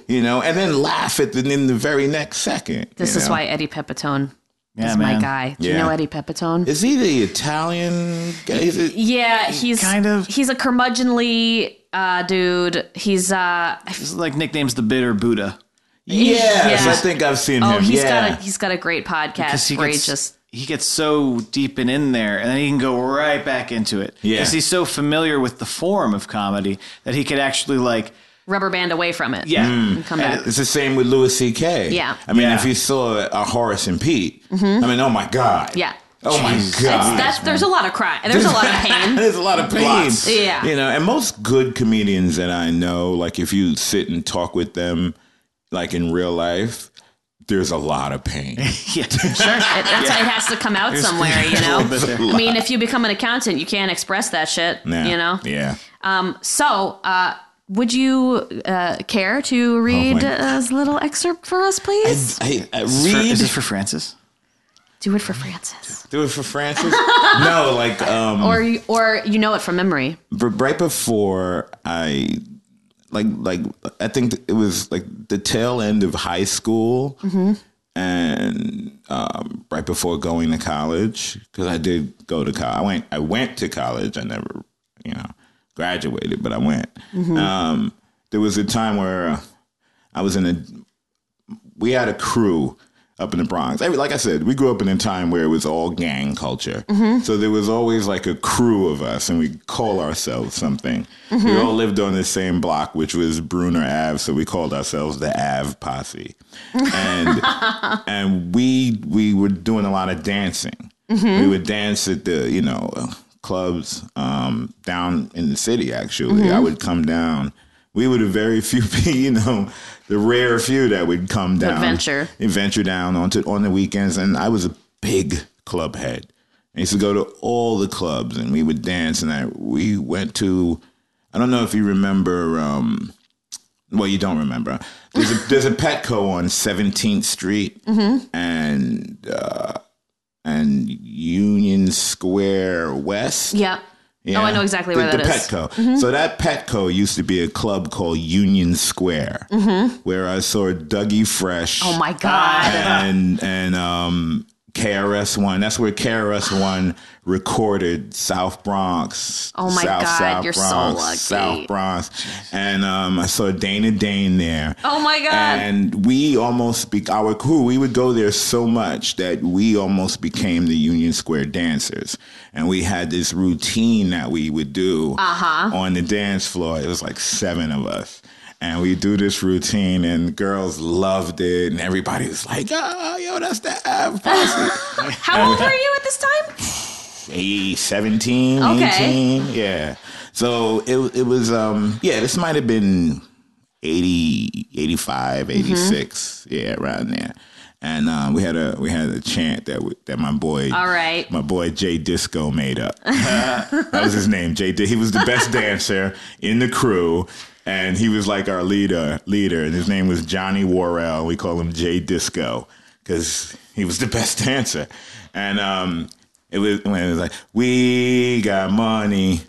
S3: you know, and then laugh at the, in the very next second.
S1: This
S3: you
S1: is
S3: know?
S1: why Eddie Pepitone
S2: Yeah,
S1: is my
S2: man.
S1: guy. Do you
S3: Yeah.
S1: know Eddie Pepitone?
S3: Is he the Italian guy? Is it?
S1: yeah, he's
S2: Kind of.
S1: He's a curmudgeonly uh, dude. He's uh,
S2: It's like nicknames the bitter Buddha
S3: Yes,
S1: Yeah.
S3: I think I've seen
S1: oh,
S3: him.
S1: he's
S3: yeah.
S1: got a he's got a great podcast
S2: he
S1: where
S2: gets
S1: he just
S2: he gets so deep and in there, and then he can go right back into it.
S3: Yeah.
S2: because he's so familiar with the form of comedy that he could actually like
S1: rubber band away from it.
S2: yeah.
S3: Hmm.
S1: and come back.
S3: It's the same with Louis C.K.
S1: Yeah. Mm-hmm.
S3: I mean,
S2: Yeah.
S3: if you saw a Horace and Pete, I mean, oh my God.
S1: Yeah.
S3: Oh my
S2: Jesus.
S3: God.
S1: It's- that's, there's a lot of cry. There's a lot of pain.
S3: There's a lot of pain.
S2: Lots.
S1: Yeah.
S3: You know, and most good comedians that I know, like if you sit and talk with them, like in real life, there's a lot of pain.
S2: Yeah, sure.
S1: It, that's it has to come out somewhere, you
S2: A little
S1: know.
S2: bit there.
S1: I mean, if you become an accountant, you can't express that shit,
S3: Yeah.
S1: you know.
S3: Yeah.
S1: Um, so, uh, would you uh, care
S2: Oh,
S1: to read
S3: my-
S1: a little excerpt for us, please?
S3: I, I
S2: Is this for-
S3: uh, read.
S2: is this for Francis?
S1: Do it for Francis.
S3: do it for Francis? no, like um,
S1: or you- or you know it from memory.
S3: b- right before I like like I think it was like the tail end of high school and um, right before going to college because I did go to college. I went I went to college. I never you know graduated, but I went. Um, there was a time where uh, I was in a we had a crew up in the Bronx. Every- Like I said, we grew up in a time where it was all gang culture. So there was always like a crew of us, and we call ourselves something. We all lived on the same block, which was Bruner Ave, so we called ourselves the Ave Posse, and and we we were doing a lot of dancing. We would dance at the you know clubs um, down in the city. Actually, I would come down. We were the very few, pe- you know, the rare few that would come down,
S1: venture.
S3: venture down onto on the weekends. And I was a big club head. I used to go to all the clubs, and we would dance. And I we went to, I don't know if you remember. Um, well, you don't remember. There's a, there's a Petco on 17th Street and uh, and Union Square West.
S1: Yeah.
S3: Yeah.
S1: Oh, I know exactly
S3: the,
S1: where that
S3: the
S1: is. Mm-hmm.
S3: Petco. So that Petco used to be a club called Union Square, where I saw Dougie Fresh
S1: Mm-hmm. Oh my god.
S3: and and um, KRS One. That's where KRS One recorded South Bronx.
S1: Oh my
S3: South,
S1: God,
S3: South
S1: you're so
S3: Bronx,
S1: lucky.
S3: South Bronx, and um, I saw Dana Dane there.
S1: Oh my god.
S3: And we almost be our crew. We would go there so much that we almost became the Union Square dancers, and we had this routine that we would do
S1: Uh-huh.
S3: on the dance floor. It was like seven of us, and we do this routine, and girls loved it, and everybody was like, "Oh, yo, that's the Av posse."
S1: How old were you at this time?
S3: Eight, 17,
S1: Okay.
S3: 18. yeah. So it it was um yeah, this might have been 80, 85,
S1: Mm-hmm.
S3: 86, yeah, around there. And um, we had a we had a chant that we, that my boy
S1: All right.
S3: my boy Jay Disco made up. that was his name. Jay. Di- He was the best dancer in the crew. and he was like our leader. Leader, and his name was Johnny Worrell. We call him Jay Disco because he was the best dancer. And um, it was when it was like, "We got money.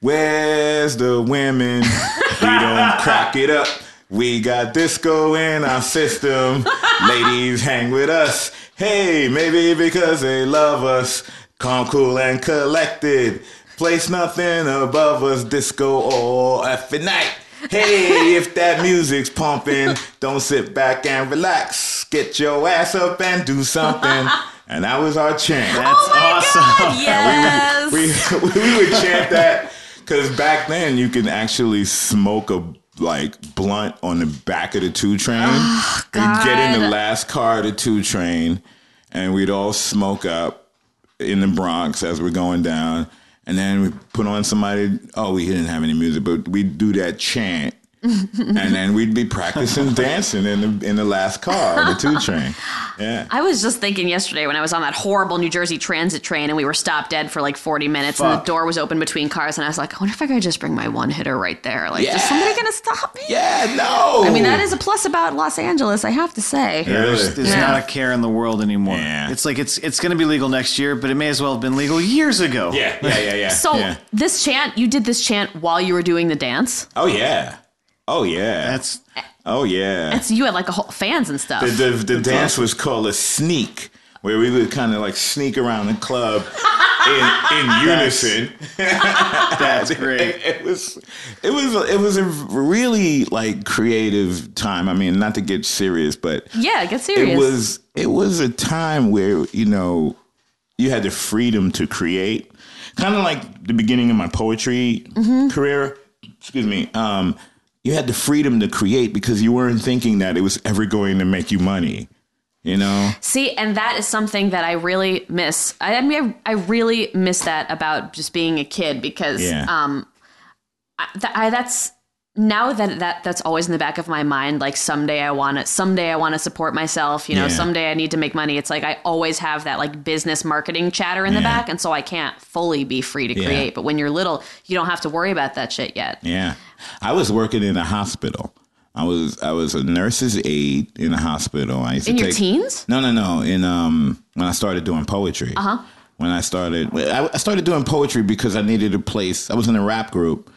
S3: Where's the women? We don't crack it up. We got disco in our system. Ladies hang with us. Hey, maybe because they love us. Calm, cool, and collected. Place nothing above us. Disco all effing night. Hey, if that music's pumping, don't sit back and relax. Get your ass up and do something. And that was our chant
S1: Oh
S2: That's awesome.
S1: yes.
S3: we, we would chant that because back then you can actually smoke a like blunt on the back of the two train. we'd get
S1: Ah,
S3: in the
S1: God.
S3: last car of the two train, and we'd all smoke up in the Bronx as we're going down. And then we put on somebody. Oh, we didn't have any music, but we'd do that chant. and then we'd be practicing dancing in the in the last car, of the two train. Yeah.
S1: I was just thinking yesterday when I was on that horrible New Jersey transit train and we were stopped dead for like 40 minutes and the
S2: Fuck.
S1: door was open between cars and I was like, I wonder if I could just bring my one hitter right there. Like, is somebody going to stop me?
S3: Yeah. No.
S1: I mean, that is a plus about Los Angeles, I have to say.
S2: There's, there's
S1: Yeah.
S2: not a care in the world anymore.
S3: Yeah.
S2: It's like it's it's going to be legal next year, but it may as well have been legal years ago.
S3: Yeah. Yeah. Yeah. Yeah.
S1: So,
S3: yeah.
S1: this chant, you did this chant while you were doing the dance.
S3: Oh yeah. Oh yeah.
S2: That's
S3: oh yeah.
S1: So, you had like a whole fans and stuff.
S3: The the, the dance was called a sneak, where we would kind of like sneak around the club in in unison.
S2: that's great.
S3: It was it was it was a really like creative time. I mean, not to get serious, but
S1: yeah, get serious.
S3: it was it was a time where you know you had the freedom to create kind of like the beginning of my poetry
S1: Mm-hmm.
S3: career excuse me um you had the freedom to create because you weren't thinking that it was ever going to make you money you know
S1: See, and that is something that I really miss. I, I mean, I, I really miss that about just being a kid because
S3: Yeah.
S1: um, I, th- I, that's now that, that that's always in the back of my mind. Like someday I want to, someday I want to support myself. You know,
S3: Yeah.
S1: someday I need to make money. It's like I always have that like business marketing chatter in the
S3: Yeah.
S1: back, and so I can't fully be free to create. But when you're little, you don't have to worry about that shit yet.
S3: Yeah, I was working in a hospital. I was I was a nurse's aide in a hospital. I used
S1: In
S3: to
S1: your
S3: take-
S1: teens?
S3: No, no, no. In um, when I started doing poetry. Uh huh. When I started, well, I, I started doing poetry because I needed a place. I was in a rap group,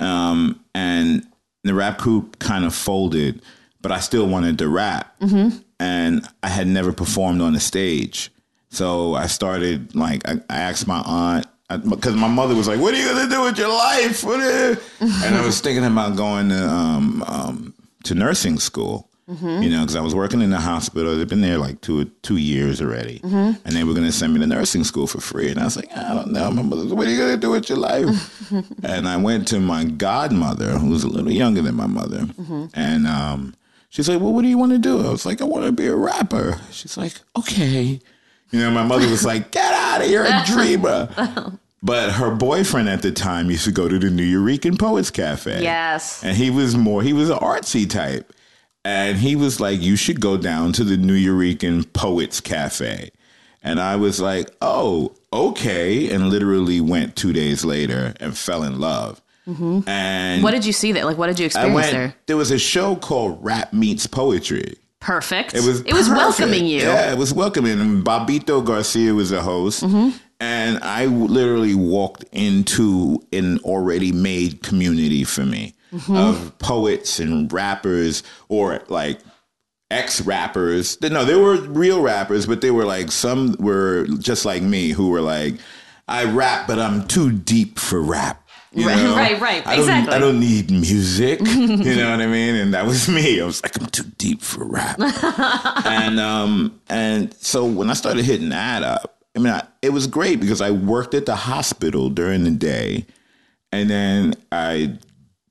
S3: um, and the rap group kind of folded, but I still wanted to rap, mm-hmm. and I had never performed on the stage. So I started like I, I asked my aunt because my mother was like, "What are you gonna do with your life?" What are-" and I was thinking about going to um, um, to nursing school, you know, because I was working in the hospital. I'd been there like two two years already, and they were gonna send me to nursing school for free. And I was like, "I don't know." My mother, was, "What are you gonna do with your life?" and I went to my godmother, who's a little younger than my mother, and um, she's like, "Well, what do you want to do?" I was like, "I want to be a rapper." She's like, "Okay." You know, my mother was like, "Get out of here, a dreamer." But her boyfriend at the time used to go to the New Eurekan Poets Cafe.
S1: Yes.
S3: And he was more, he was an artsy type. And he was like, You should go down to the New Eurekan Poets Cafe. And I was like, Oh, okay. And literally went two days later and fell in love. And
S1: Mm-hmm. What did you see there? Like, what did you
S3: I
S1: experience
S3: went,
S1: there?
S3: there was a show called Rap Meets Poetry.
S1: Perfect.
S3: It was
S1: it was
S3: perfect.
S1: welcoming you.
S3: Yeah, it was welcoming. And Bobito Garcia was the host,
S1: Mm-hmm.
S3: and I w- literally walked into an already made community for me
S1: Mm-hmm.
S3: of poets and rappers, or like ex rappers. No, they were real rappers, but they were like some were just like me who were like, I rap, but I'm too deep for rap. You
S1: Right,
S3: know?
S1: right, right.
S3: I don't-
S1: Exactly.
S3: I don't need music. you know what I mean? And that was me. I was like, I'm too deep for rap. and um, and so when I started hitting that up, I mean, I, it was great because I worked at the hospital during the day, and then I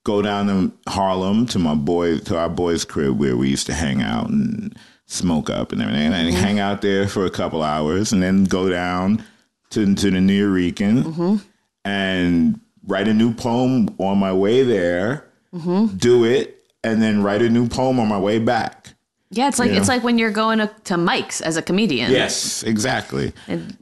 S3: go down to Harlem to my boy to our boys' crib where we used to hang out and smoke up and everything, and I'd hang out there for a couple hours, and then go down to to the New Eurekan and write a new poem on my way there, do it, and then write a new poem on my way back.
S1: Yeah, it's like it's like when you're going to, to Mike's as a comedian.
S3: Yes, exactly.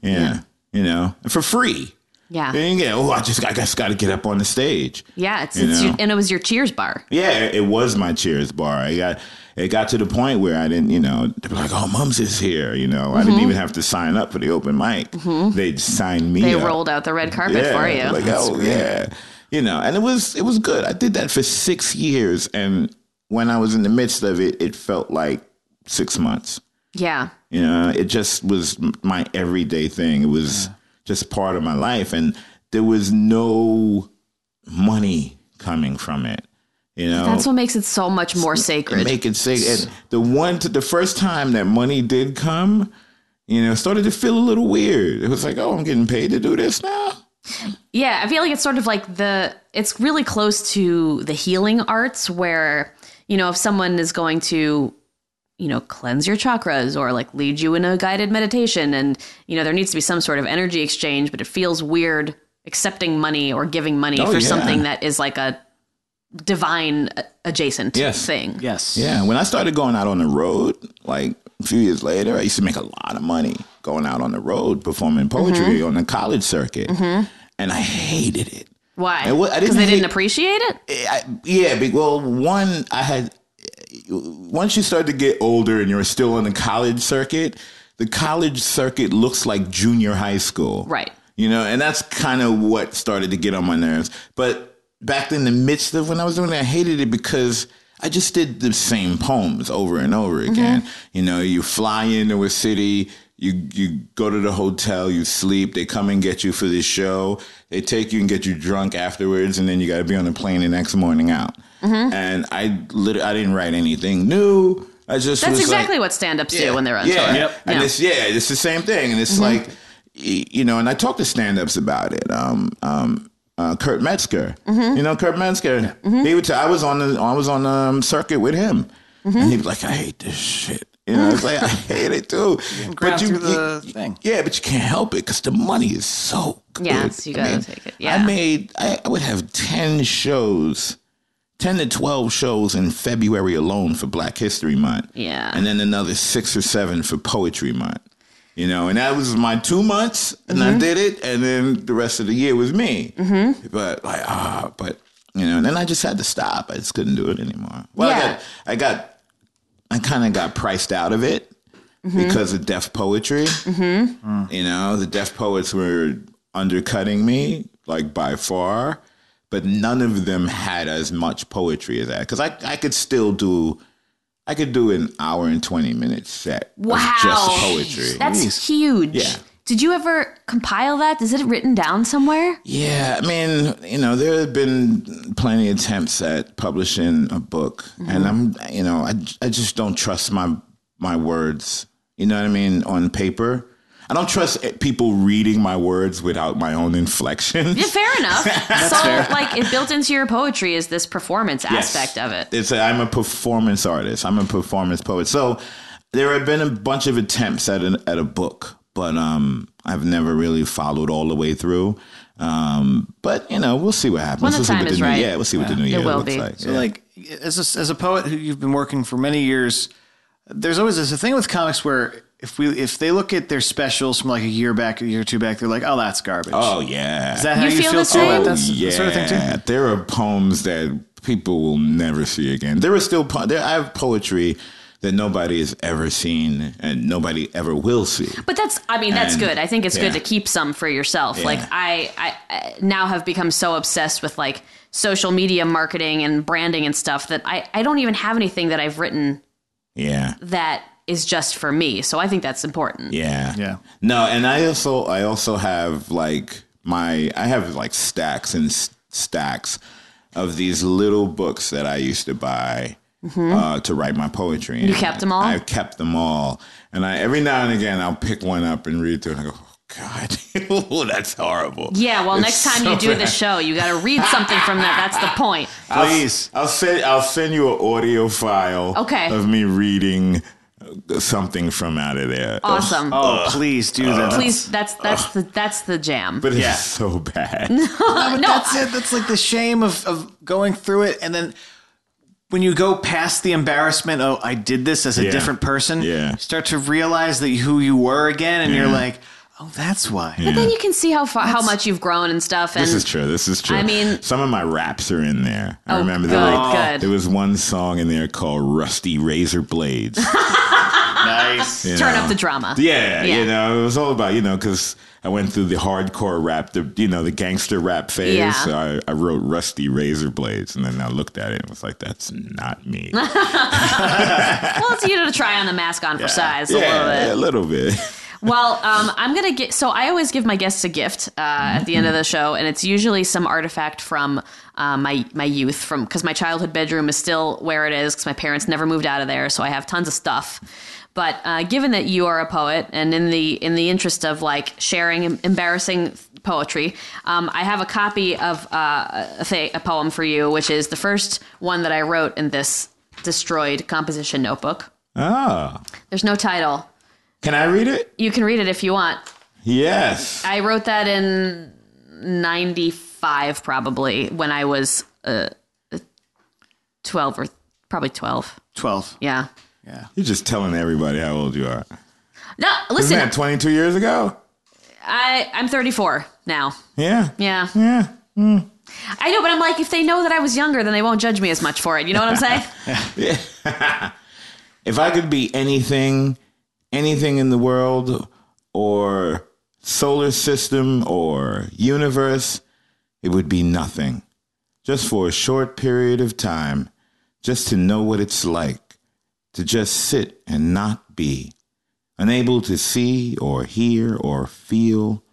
S3: yeah. you know, for free.
S1: Yeah.
S3: Then you get, oh, I just, I just got to get up on the stage.
S1: Yeah, it's,
S3: You
S1: it's
S3: know.
S1: your, and it was your Cheers bar.
S3: Yeah, it, it was my Cheers bar. I got, it got to the point where I didn't, you know, they were like, oh, Mums is here. You know, I didn't
S1: Mm-hmm.
S3: even have to sign up for the open mic. They signed me.
S1: They
S3: up.
S1: rolled out the red carpet for you.
S3: Like, oh yeah, you know. And it was it was good. I did that for six years, and when I was in the midst of it, it felt like six months.
S1: yeah,
S3: You know, it just was m- my everyday thing. It was just part of my life, and there was no money coming from it. You know,
S1: that's what makes it so much more sacred.
S3: Make it sick. And the one, the first time that money did come, you know, it started to feel a little weird. It was like, oh, I'm getting paid to do this now.
S1: Yeah, I feel like it's sort of like the it's really close to the healing arts where, you know, if someone is going to, you know, cleanse your chakras or like lead you in a guided meditation and, you know, there needs to be some sort of energy exchange, but it feels weird accepting money or giving money
S3: Oh,
S1: for
S3: yeah.
S1: something that is like a divine uh, adjacent
S3: Yes.
S1: thing.
S2: Yes.
S3: Yeah, when I started going out on the road, like a few years later, I used to make a lot of money going out on the road performing poetry on the college circuit, and I hated it.
S1: Why?
S3: And what- I
S1: Because
S3: didn't
S1: they didn't
S3: hate-
S1: appreciate it?
S3: I, yeah, be- well, one I had once you start to get older and you're still on the college circuit, the college circuit looks like junior high school,
S1: Right.
S3: You know, and that's kind of what started to get on my nerves. But back in the midst of when I was doing it, I hated it because I just did the same poems over and over
S1: Mm-hmm.
S3: again. You know, you fly into a city, you you go to the hotel, you sleep, they come and get you for this show, they take you and get you drunk afterwards, and then you got to be on the plane the next morning out.
S1: Mm-hmm.
S3: And I lit- I didn't write anything new. I just
S1: That's
S3: was like,
S1: exactly what stand ups do when they're on
S3: yeah.
S1: tour.
S2: Yep.
S3: And
S1: Yeah. Mm-hmm.
S3: it's yeah, it's the same thing. And it's like y- you know, and I talk to stand ups about it. Um um uh, Kurt Metzger,
S1: Mm-hmm.
S3: you know Kurt Metzger. He would. T- I was on the. I was on the um, circuit with him,
S1: Mm-hmm.
S3: and he'd be like, "I hate this shit." You know, it's like I hate it too.
S2: ground through the thing.
S3: Yeah, but you can't help it because the money is so good.
S1: Yeah, so you
S3: I
S1: gotta
S3: mean,
S1: take it.
S3: I
S1: Yeah.
S3: made. I, I would have ten shows, ten to twelve shows in February alone for Black History Month.
S1: Yeah.
S3: and then another six or seven for Poetry Month. You know, and that was my two months, and
S1: Mm-hmm.
S3: I did it, and then the rest of the year was me. Mm-hmm. But like ah, but you know, and then I just had to stop. I just couldn't do it anymore. Well,
S1: Yeah.
S3: I got, I got, I kind of got priced out of it
S1: Mm-hmm.
S3: because of deaf poetry. You know, the deaf poets were undercutting me, like by far, but none of them had as much poetry as that. Because I, I could still do, I could do an hour and 20 minute set
S1: Wow.
S3: of just poetry.
S1: That's huge.
S3: Yeah.
S1: Did you ever compile that? Is it written down somewhere?
S3: yeah, I mean, you know, there have been plenty of attempts at publishing a book, and
S1: Mm-hmm.
S3: I'm, you know, I, I just don't trust my my words. You know what I mean on paper. I don't trust eh, people reading my words without my own inflections.
S1: Yeah, fair enough. so, like, it built into your poetry is this performance
S3: Yes.
S1: aspect of it.
S3: It's a, I'm a performance artist. I'm a performance poet. So there have been a bunch of attempts at an, at a book, but um, I've never really followed all the way through. Um, but you know, we'll see what happens.
S1: When the
S3: We'll see what
S1: time is
S3: new,
S1: right.
S3: Yeah, we'll see what the new year
S1: will
S3: looks
S1: be.
S3: like.
S2: So
S3: yeah.
S2: like as a, as a poet who you've been working for many years, there's always this thing with comics where if we if they look at their specials from like a year back, a year or two back, they're like, oh, that's garbage.
S3: oh yeah,
S2: Is that how
S1: You
S2: you,
S1: feel
S2: feel,
S1: the
S2: too?
S1: same?
S2: That's
S3: yeah.
S2: that sort of thing too.
S3: There are poems that people will never see again. There are still po- there. I have poetry that nobody has ever seen and nobody ever will see.
S1: But that's, I mean, that's
S3: And-
S1: good. I think it's good to
S3: yeah.
S1: keep some for yourself. Like, I, I I now have become so obsessed with like social media marketing and branding and stuff that I, I don't even have anything that I've written
S3: Yeah.
S1: that is just for me. So I think that's important.
S3: Yeah.
S2: Yeah.
S3: No, and I also I also have like my I have like stacks and s- stacks of these little books that I used to buy uh, to write my poetry. You
S1: Mm-hmm. kept them all?
S3: I've kept them all, and I every now and again I'll pick one up and read through, it and I go, oh, "God, oh, that's horrible."
S1: Yeah, well,
S3: It's
S1: next time
S3: so
S1: you do
S3: bad.
S1: the show, you got to read something from that. That's the point.
S2: Please.
S3: I'll send I'll send you an audio file
S1: Okay.
S3: of me reading uh, something from out of there.
S1: Awesome.
S2: Oh, please do
S3: Uh,
S2: that.
S1: Please, that's that's the that's the jam.
S3: But it's
S2: Yeah.
S3: so bad.
S2: That's,
S1: no,
S2: that's it. That's like the shame of, of going through it and then when you go past the embarrassment, oh, I did this as a
S3: Yeah.
S2: different person.
S3: Yeah.
S2: You start to realize that who you were again and you're
S3: Yeah.
S2: like, Oh, that's why.
S3: Yeah.
S1: Then you can see how far, how much you've grown and stuff. And
S3: This is true. This is true.
S1: I mean- Oh,
S3: some of my raps are in there. I remember
S1: good,
S3: there, were-
S1: good.
S3: there was one song in there called "Rusty Razor Blades."
S2: nice.
S3: you
S1: turn
S3: know.
S1: up the drama.
S3: Yeah,
S1: Yeah.
S3: you know, it was all about you know because I went through the hardcore rap, the you know the gangster rap phase.
S1: Yeah.
S3: So I, I wrote "Rusty Razor Blades," and then I looked at it and was like, "That's not me."
S1: Well, it's you to try on the mask on for size a little bit.
S3: yeah, a little bit.
S1: Well, um, I'm gonna get. So I always give my guests a gift uh, at the end of the show, and it's usually some artifact from uh, my my youth, from because my childhood bedroom is still where it is because my parents never moved out of there, so I have tons of stuff. But uh, given that you are a poet, and in the in the interest of like sharing em- embarrassing poetry, um, I have a copy of uh, a, th- a poem for you, which is the first one that I wrote in this destroyed composition notebook.
S3: Oh,
S1: There's no title.
S3: can I read it?
S1: You can read it if you want.
S3: Yes.
S1: I wrote that in 95 probably when I was uh, 12 or probably 12.
S2: 12.
S1: Yeah.
S3: You're just telling everybody how old you are.
S1: No,
S3: Isn't
S1: listen,
S3: that 22 years ago?
S1: I I'm 34 now.
S3: Yeah.
S1: Yeah.
S3: Yeah.
S1: I know, but I'm like if they know that I was younger then they won't judge me as much for it. You know what I'm saying?
S3: If I could be anything, anything in the world or solar system or universe, it would be nothing. Just for a short period of time, just to know what it's like to just sit and not be, unable to see or hear or feel,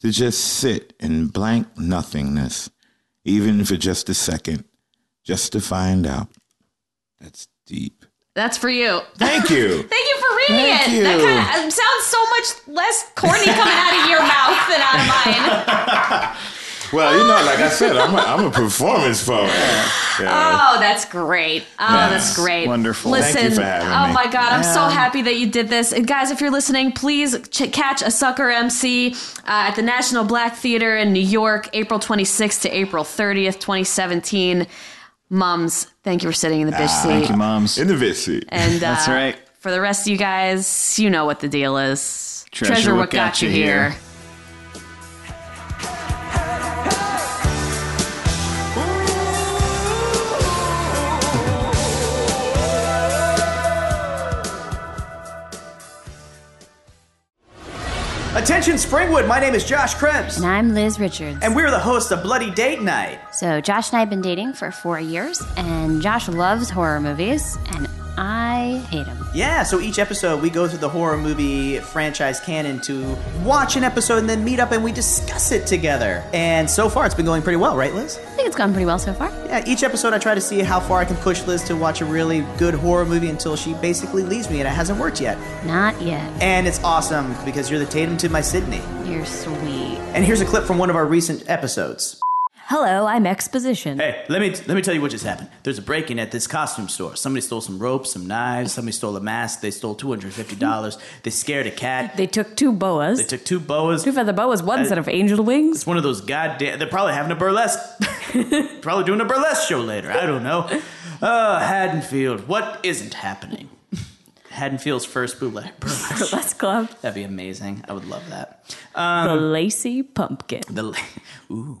S3: to just sit in blank nothingness, even for just a second, just to find out. That's deep.
S1: That's for you.
S3: Thank you.
S1: Thank you for reading
S3: Thank
S1: it.
S3: you.
S1: That kind of sounds so much less corny coming out of your mouth than out of mine.
S3: Well, you know, like I said, I'm a, I'm a performance poet. Yeah.
S1: Oh, that's great. Oh, that's
S3: Yes.
S1: great.
S2: Wonderful.
S1: Listen,
S3: Thank you for having
S1: oh
S3: me.
S1: my God, I'm so
S2: Yeah.
S1: happy that you did this. And guys, if you're listening, please ch- catch a sucker MC uh, at the National Black Theater in New York, April 26th to April 30th, 2017. Mums, thank you for sitting in the bitch seat.
S2: Ah, Thank you, moms.
S3: In the vid seat.
S1: And uh,
S2: That's right.
S1: For the rest of you guys, you know what the deal is.
S2: Treasure what got you here.
S4: Attention Springwood, my name is Josh Krebs,
S5: And I'm Liz Richards.
S4: and we're the hosts of Bloody Date Night.
S5: so, Josh and I have been dating for four years, and Josh loves horror movies, and I hate them.
S4: Yeah, so each episode we go through the horror movie franchise canon to watch an episode and then meet up and we discuss it together. And so far it's been going pretty well, right, Liz?
S5: I think it's gone pretty well so far.
S4: Yeah, each episode I try to see how far I can push Liz to watch a really good horror movie until she basically leaves me and it hasn't worked yet.
S5: Not yet.
S4: And it's awesome because you're the Tatum to my Sydney.
S5: You're sweet.
S4: And here's a clip from one of our recent episodes.
S5: Hello, I'm Exposition.
S4: Hey, let me let me tell you what just happened. There's a break-in at this costume store. Somebody stole some ropes, some knives. Somebody stole a mask. They stole two hundred fifty dollars. They scared a cat.
S6: They took two boas.
S4: They took two boas.
S6: two feather boas, one set of angel wings.
S4: It's one of those goddamn. They're probably having a burlesque. probably doing a burlesque show later. I don't know. Uh, Haddonfield. What isn't happening? Haddonfield's first bootleg burlesque.
S6: Let's club
S4: That'd be amazing. I would love that. Uh,
S6: the lacy pumpkin.
S4: The. Ooh.